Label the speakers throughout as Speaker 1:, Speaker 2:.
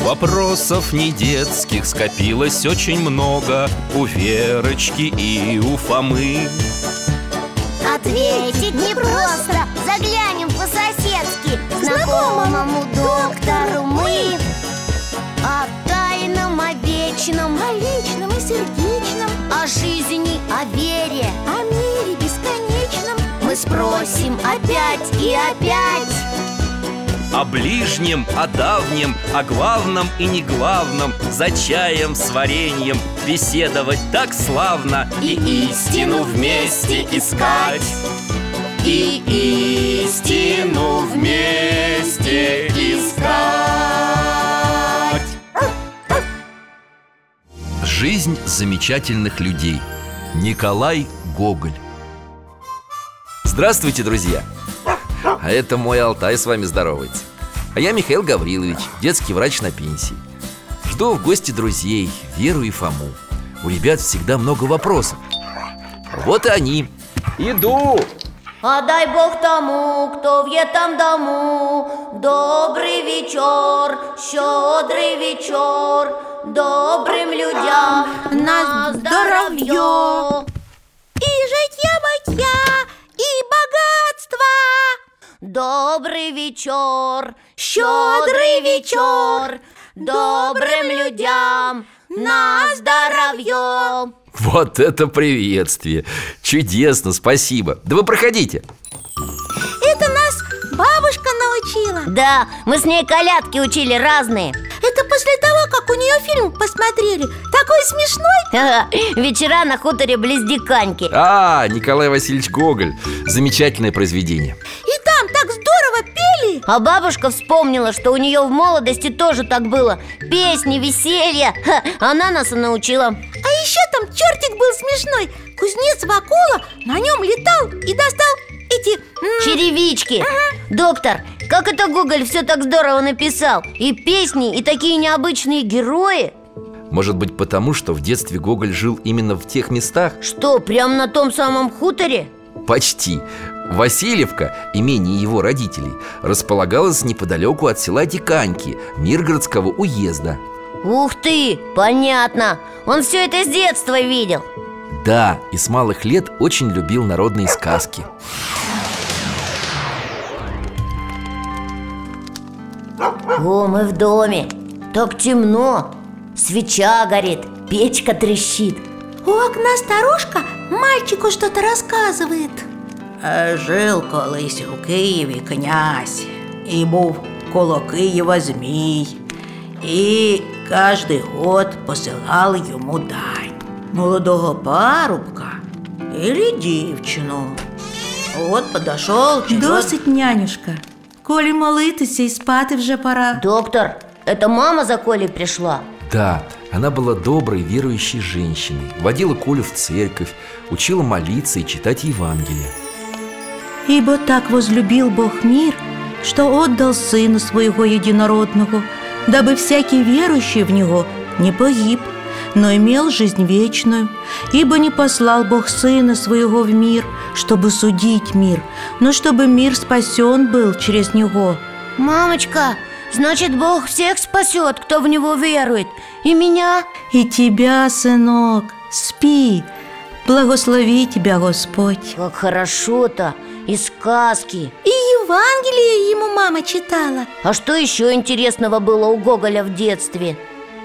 Speaker 1: Вопросов не детских скопилось очень много У Верочки и у Фомы
Speaker 2: Ответить непросто Заглянем по-соседски к Знакомому доктору мы О тайном, о вечном
Speaker 3: О личном и сердечном,
Speaker 2: О жизни, о вере
Speaker 3: о мире бесконечном
Speaker 2: Мы спросим опять и опять
Speaker 1: О ближнем, о давнем, о главном и не главном За чаем с вареньем беседовать так славно И истину вместе искать И истину вместе искать Жизнь замечательных людей Николай Гоголь Здравствуйте, друзья! А это мой Алтай с вами здоровается А я Михаил Гаврилович, детский врач на пенсии Жду в гости друзей, Веру и Фому У ребят всегда много вопросов Вот и они Иду!
Speaker 2: А дай бог тому, кто в этом дому Добрый вечер, щедрый вечер Добрым людям
Speaker 3: на здоровье. И житья-бытья, и богатство
Speaker 2: Добрый вечер,
Speaker 3: щедрый вечер добрым людям на
Speaker 2: здоровье
Speaker 1: Вот это приветствие! Чудесно, спасибо! Да вы проходите!
Speaker 3: Это нас бабушка научила
Speaker 2: Да, мы с ней колядки учили разные
Speaker 3: Это после того, как у нее фильм посмотрели Такой смешной
Speaker 2: Ха-ха, Вечера на хуторе близ Диканьки
Speaker 1: А, Николай Васильевич Гоголь Замечательное произведение
Speaker 3: И там так здорово пели
Speaker 2: А бабушка вспомнила, что у нее в молодости тоже так было Песни, веселье Ха, Она нас и научила
Speaker 3: А еще там чертик был смешной Кузнец Вакула на нем летал и достал эти... м,
Speaker 2: Черевички Доктор, как это Гоголь все так здорово написал? И песни, и такие необычные герои
Speaker 1: Может быть потому, что в детстве Гоголь жил именно в тех местах,
Speaker 2: Что, прям на том самом хуторе?
Speaker 1: Почти. Васильевка, имение его родителей, располагалась неподалеку от села Диканьки, Миргородского уезда.
Speaker 2: Ух ты, понятно Он все это с детства видел
Speaker 1: Да, и с малых лет очень любил народные сказки.
Speaker 2: О, мы в доме Так темно Свеча горит, печка трещит
Speaker 3: У окна старушка мальчику что-то рассказывает
Speaker 4: Е, Жив колись у Києві князь, і був коло Києва змій, і кожний год посилали йому дань молодого парубка или дівчину. От подошов чоловік.
Speaker 5: Досить, нянюшка. Колі молитися і спати вже пора.
Speaker 2: Доктор, это мама за Колей пришла?
Speaker 1: Да, она была доброй, верующей женщиной, водила Колю в церковь, учила молиться и читать Евангелие.
Speaker 5: Ибо так возлюбил Бог мир, что отдал Сына Своего Единородного, дабы всякий верующий в Него не погиб, но имел жизнь вечную. Ибо не послал Бог Сына Своего в мир, чтобы судить мир, но чтобы мир спасен был через Него.
Speaker 2: Мамочка, значит, Бог всех спасет, кто в Него верует И меня?
Speaker 5: И тебя, сынок, спи, благослови тебя Господь.
Speaker 2: Как хорошо-то, и сказки
Speaker 3: И Евангелие ему мама читала
Speaker 2: А что еще интересного было у Гоголя в детстве?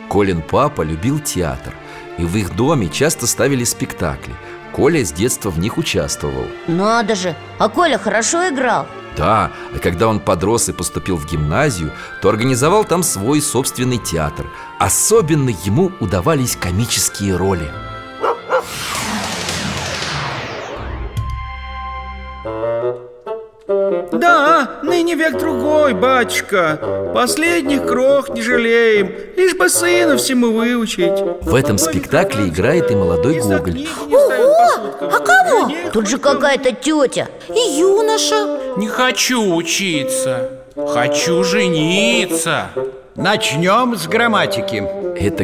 Speaker 1: Колин папа любил театр, и в их доме часто ставили спектакли. Коля с детства в них участвовал.
Speaker 2: Надо же, а Коля хорошо играл?
Speaker 1: Да, а когда он подрос и поступил в гимназию, то организовал там свой собственный театр. Особенно ему удавались комические роли.
Speaker 6: Да, ныне век другой, батюшка Последних крох не жалеем Лишь бы сына всему выучить
Speaker 1: В этом спектакле играет и молодой Гоголь.
Speaker 3: Ого, а кого?
Speaker 2: Тут же какая-то тетя
Speaker 3: И юноша
Speaker 7: Не хочу учиться. Хочу жениться.
Speaker 8: Начнем с грамматики.
Speaker 1: Это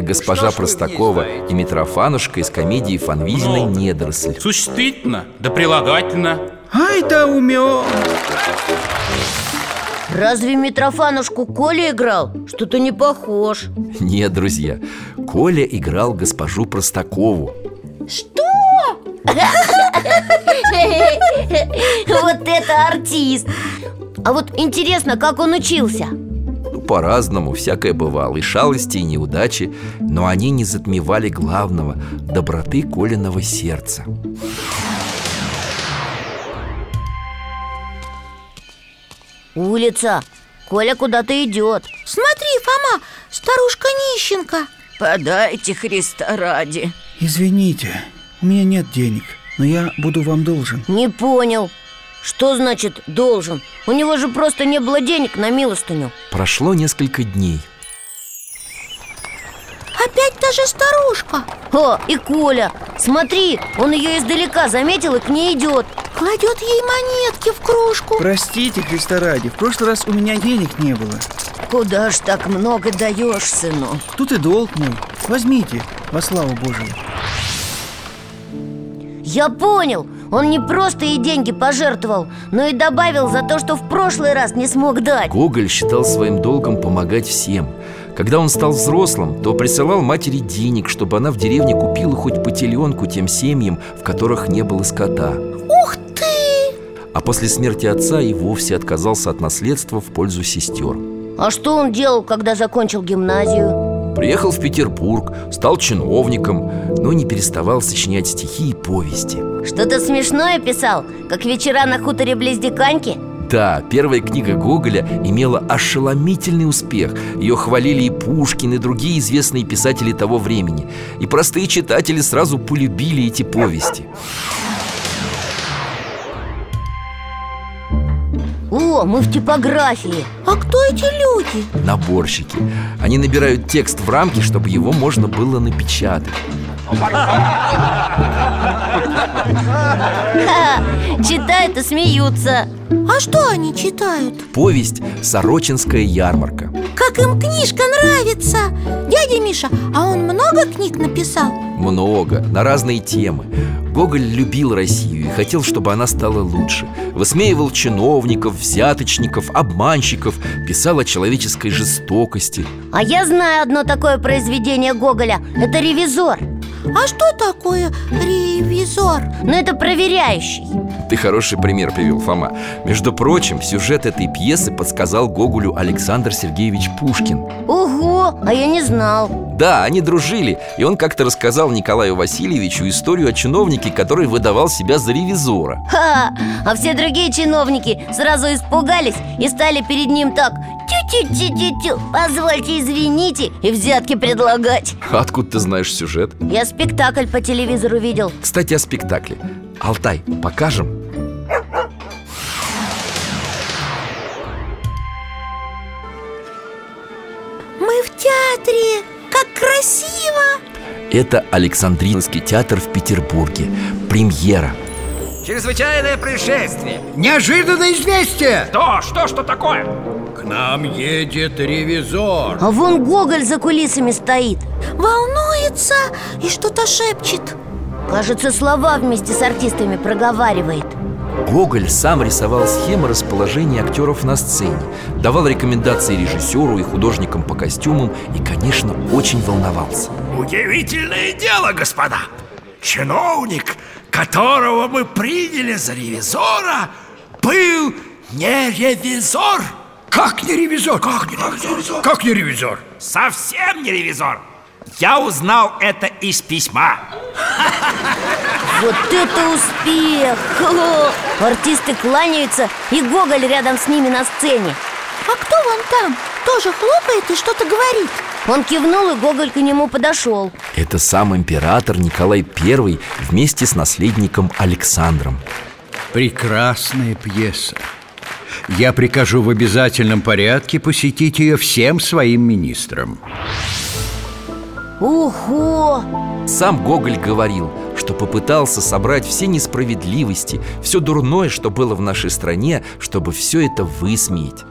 Speaker 8: Что
Speaker 1: госпожа
Speaker 8: ж вы
Speaker 1: Простакова
Speaker 8: мне
Speaker 1: и Митрофанушка из комедии Фанвизиной
Speaker 7: Ну.
Speaker 1: «Недоросль».
Speaker 7: Существительно, да прилагательно.
Speaker 6: Ай да умен
Speaker 2: Разве Митрофанушку Коля играл? Что-то не похож
Speaker 1: Нет, друзья, Коля играл госпожу Простакову
Speaker 2: Вот это артист А вот интересно, как он учился?
Speaker 1: Ну, по-разному, всякое бывало И шалости, и неудачи Но они не затмевали главного Доброты Колиного сердца
Speaker 2: Улица Коля куда-то идет
Speaker 3: Смотри, Фома, старушка нищенка
Speaker 9: Подайте Христа ради
Speaker 6: Извините, у меня нет денег, но я буду вам должен.
Speaker 2: Не понял Что значит должен? У него же просто не было денег на милостыню
Speaker 1: Прошло несколько дней
Speaker 3: Опять та же старушка
Speaker 2: О, и Коля Смотри, он ее издалека заметил и к ней идет
Speaker 3: Кладет ей монетки в кружку
Speaker 6: Простите, Христа ради, в прошлый раз у меня денег не было.
Speaker 9: Куда ж так много даешь,
Speaker 3: А
Speaker 9: сынок?
Speaker 6: Тут и долг мой. Возьмите, во славу Божию.
Speaker 2: Я понял, он не просто и деньги пожертвовал Но и добавил за то, что в прошлый раз не смог дать
Speaker 1: Гоголь считал своим долгом помогать всем Когда он стал взрослым, то присылал матери денег Чтобы она в деревне купила хоть по теленку тем семьям В которых не было скота
Speaker 3: Ух ты!
Speaker 1: А после смерти отца и вовсе отказался от наследства в пользу сестер
Speaker 2: А что он делал, когда закончил гимназию?
Speaker 1: Приехал в Петербург, стал чиновником, но не переставал сочинять стихи и повести.
Speaker 2: Что-то смешное писал, как вечера на хуторе близ Диканьки?
Speaker 1: Да, первая книга Гоголя имела ошеломительный успех. Ее хвалили и Пушкин, и другие известные писатели того времени. И простые читатели сразу полюбили эти повести.
Speaker 2: О, мы в типографии
Speaker 3: А кто эти люди?
Speaker 1: Наборщики. Они набирают текст в рамки, чтобы его можно было напечатать.
Speaker 2: Ха, Читают и смеются
Speaker 3: А что они читают?
Speaker 1: Повесть «Сорочинская ярмарка».
Speaker 3: Как им книжка нравится Дядя Миша, а он много книг написал?
Speaker 1: Много, на разные темы Гоголь любил Россию и хотел, чтобы она стала лучше Высмеивал чиновников, взяточников, обманщиков Писал о человеческой жестокости
Speaker 2: А я знаю одно такое произведение Гоголя Это «Ревизор»
Speaker 3: А что такое ревизор?
Speaker 2: Но это проверяющий
Speaker 1: Ты хороший пример привел, Фома Между прочим, сюжет этой пьесы подсказал Гоголю Александр Сергеевич Пушкин
Speaker 2: Ого, а я не знал
Speaker 1: Да, они дружили И он как-то рассказал Николаю Васильевичу историю о чиновнике, который выдавал себя за ревизора
Speaker 2: Ха, а все другие чиновники сразу испугались И стали перед ним так Тю-тю-тю-тю-тю Позвольте, извините И взятки предлагать
Speaker 1: А Откуда ты знаешь сюжет?
Speaker 2: Я спектакль по телевизору видел
Speaker 1: Кстати, о спектакле Алтай, покажем?
Speaker 3: Мы в театре Как красиво!
Speaker 1: Это Александринский театр в Петербурге Премьера
Speaker 10: Чрезвычайное происшествие
Speaker 8: Неожиданное известие!
Speaker 7: Да, что, что такое?
Speaker 8: К нам едет ревизор.
Speaker 2: А вон Гоголь за кулисами стоит
Speaker 3: Волнуется и что-то шепчет
Speaker 2: Кажется, слова вместе с артистами проговаривает
Speaker 1: Гоголь сам рисовал схемы расположения актеров на сцене Давал рекомендации режиссеру и художникам по костюмам И, конечно, очень волновался
Speaker 10: Удивительное дело, господа Чиновник, которого мы приняли за ревизора Был не ревизор
Speaker 8: Как не ревизор?
Speaker 10: Как не ревизор?
Speaker 8: Как не ревизор?
Speaker 10: Совсем не ревизор Я узнал это из письма
Speaker 2: Вот это успех! Хо! Артисты кланяются, и Гоголь рядом с ними на сцене
Speaker 3: А кто вон там? Тоже хлопает и что-то говорит
Speaker 2: Он кивнул, и Гоголь к нему подошел
Speaker 1: Это сам император Николай I вместе с наследником Александром
Speaker 8: Прекрасная пьеса. Я прикажу в обязательном порядке посетить ее всем своим министрам.
Speaker 2: Ого!
Speaker 1: Сам Гоголь говорил, что попытался собрать все несправедливости Все дурное, что было в нашей стране, чтобы все это высмеять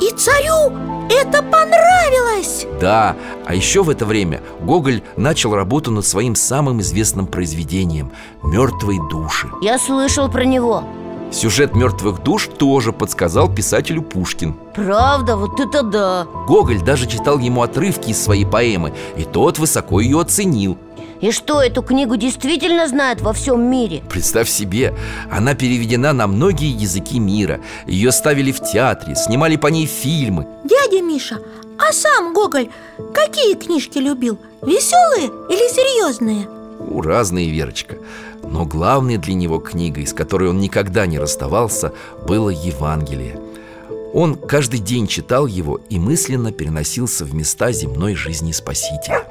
Speaker 3: И царю это понравилось
Speaker 1: Да, а еще в это время Гоголь начал работу над своим самым известным произведением «Мертвые души».
Speaker 2: Я слышал про него
Speaker 11: Сюжет «Мертвых душ» тоже подсказал писателю Пушкин
Speaker 3: Правда, вот это да
Speaker 11: Гоголь даже читал ему отрывки из своей поэмы И тот высоко ее оценил
Speaker 3: И что, эту книгу действительно знают во всем мире?
Speaker 11: Представь себе, она переведена на многие языки мира Ее ставили в театре, снимали по ней фильмы
Speaker 5: Дядя Миша, а сам Гоголь какие книжки любил? Веселые или серьезные?
Speaker 11: Ну, разные, Верочка Но главной для него книгой, с которой он никогда не расставался, было Евангелие он каждый день читал его и мысленно переносился в места земной жизни Спасителя.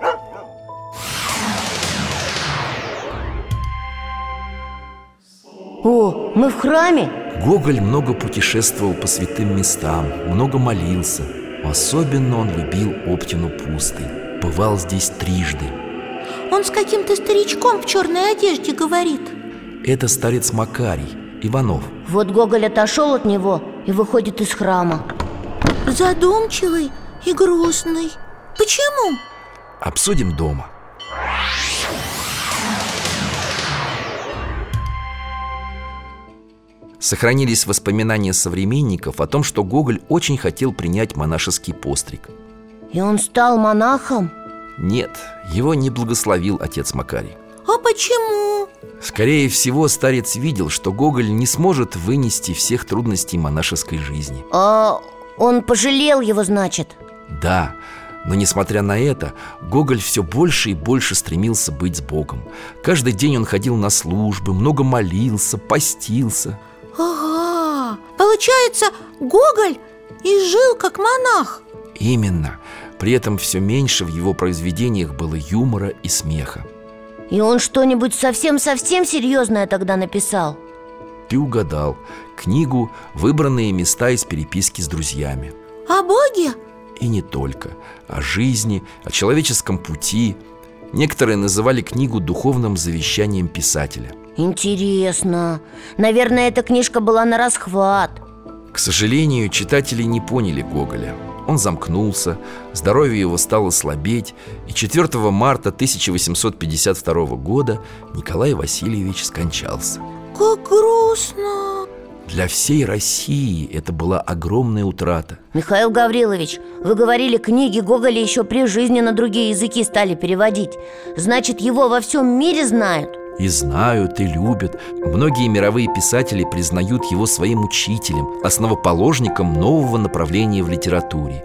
Speaker 3: О, мы в храме?
Speaker 11: Гоголь много путешествовал по святым местам, много молился. Особенно он любил Оптину пустынь. Бывал здесь трижды.
Speaker 5: Он с каким-то старичком в черной одежде говорит
Speaker 11: Это старец Макарий, Иванов.
Speaker 3: Вот Гоголь отошел от него и выходит из храма
Speaker 5: Задумчивый и грустный Почему?
Speaker 11: Обсудим дома. Сохранились воспоминания современников о том, что Гоголь очень хотел принять монашеский постриг.
Speaker 3: И он стал монахом?
Speaker 11: Нет, его не благословил отец Макарий.
Speaker 5: А почему?
Speaker 11: Скорее всего, старец видел, что Гоголь не сможет вынести всех трудностей монашеской жизни.
Speaker 3: А он пожалел его, значит?
Speaker 11: Да, но несмотря на это, Гоголь все больше и больше стремился быть с Богом. Каждый день он ходил на службы, много молился, постился.
Speaker 5: Ага, получается, Гоголь и жил как монах
Speaker 11: Именно. При этом все меньше в его произведениях было юмора и смеха.
Speaker 3: И он что-нибудь совсем-совсем серьезное тогда написал?
Speaker 11: Ты угадал. Книгу «Выбранные места из переписки с друзьями».
Speaker 5: О Боге?
Speaker 11: И не только. О жизни, о человеческом пути. Некоторые называли книгу духовным завещанием писателя.
Speaker 3: Интересно Наверное, эта книжка была на расхват
Speaker 11: К сожалению, читатели не поняли Гоголя. Он замкнулся, здоровье его стало слабеть, и 4 марта 1852 года Николай Васильевич скончался.
Speaker 5: Как грустно
Speaker 11: Для всей России это была огромная утрата.
Speaker 3: Михаил Гаврилович, вы говорили, книги Гоголя еще при жизни на другие языки стали переводить Значит, его во всем мире знают?
Speaker 11: И знают, и любят. Многие мировые писатели признают его своим учителем, основоположником нового направления в литературе.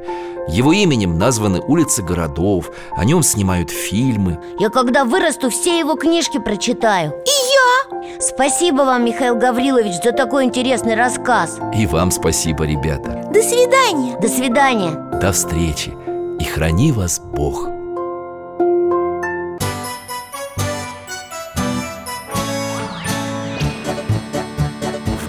Speaker 11: Его именем названы улицы городов, о нем снимают фильмы.
Speaker 3: Я когда вырасту, все его книжки прочитаю
Speaker 5: И я
Speaker 3: Спасибо вам, Михаил Гаврилович, за такой интересный рассказ
Speaker 11: И вам спасибо, ребята.
Speaker 5: До свидания
Speaker 3: До свидания
Speaker 11: До встречи и храни вас Бог. В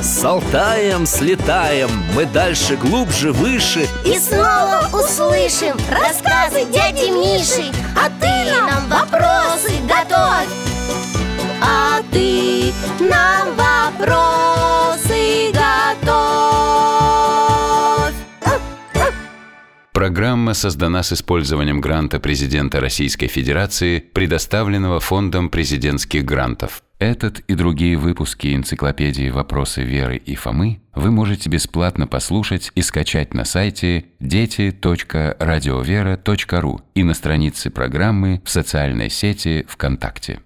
Speaker 11: С Алтаем слетаем, мы дальше, глубже, выше.
Speaker 3: И снова услышим рассказы дяди Миши А ты нам вопросы готовь А ты нам вопросы готовь
Speaker 12: Программа создана с использованием гранта президента Российской Федерации, предоставленного Фондом президентских грантов. Этот и другие выпуски энциклопедии «Вопросы Веры и Фомы» вы можете бесплатно послушать и скачать на сайте дети.радиовера.ру и на странице программы в социальной сети ВКонтакте.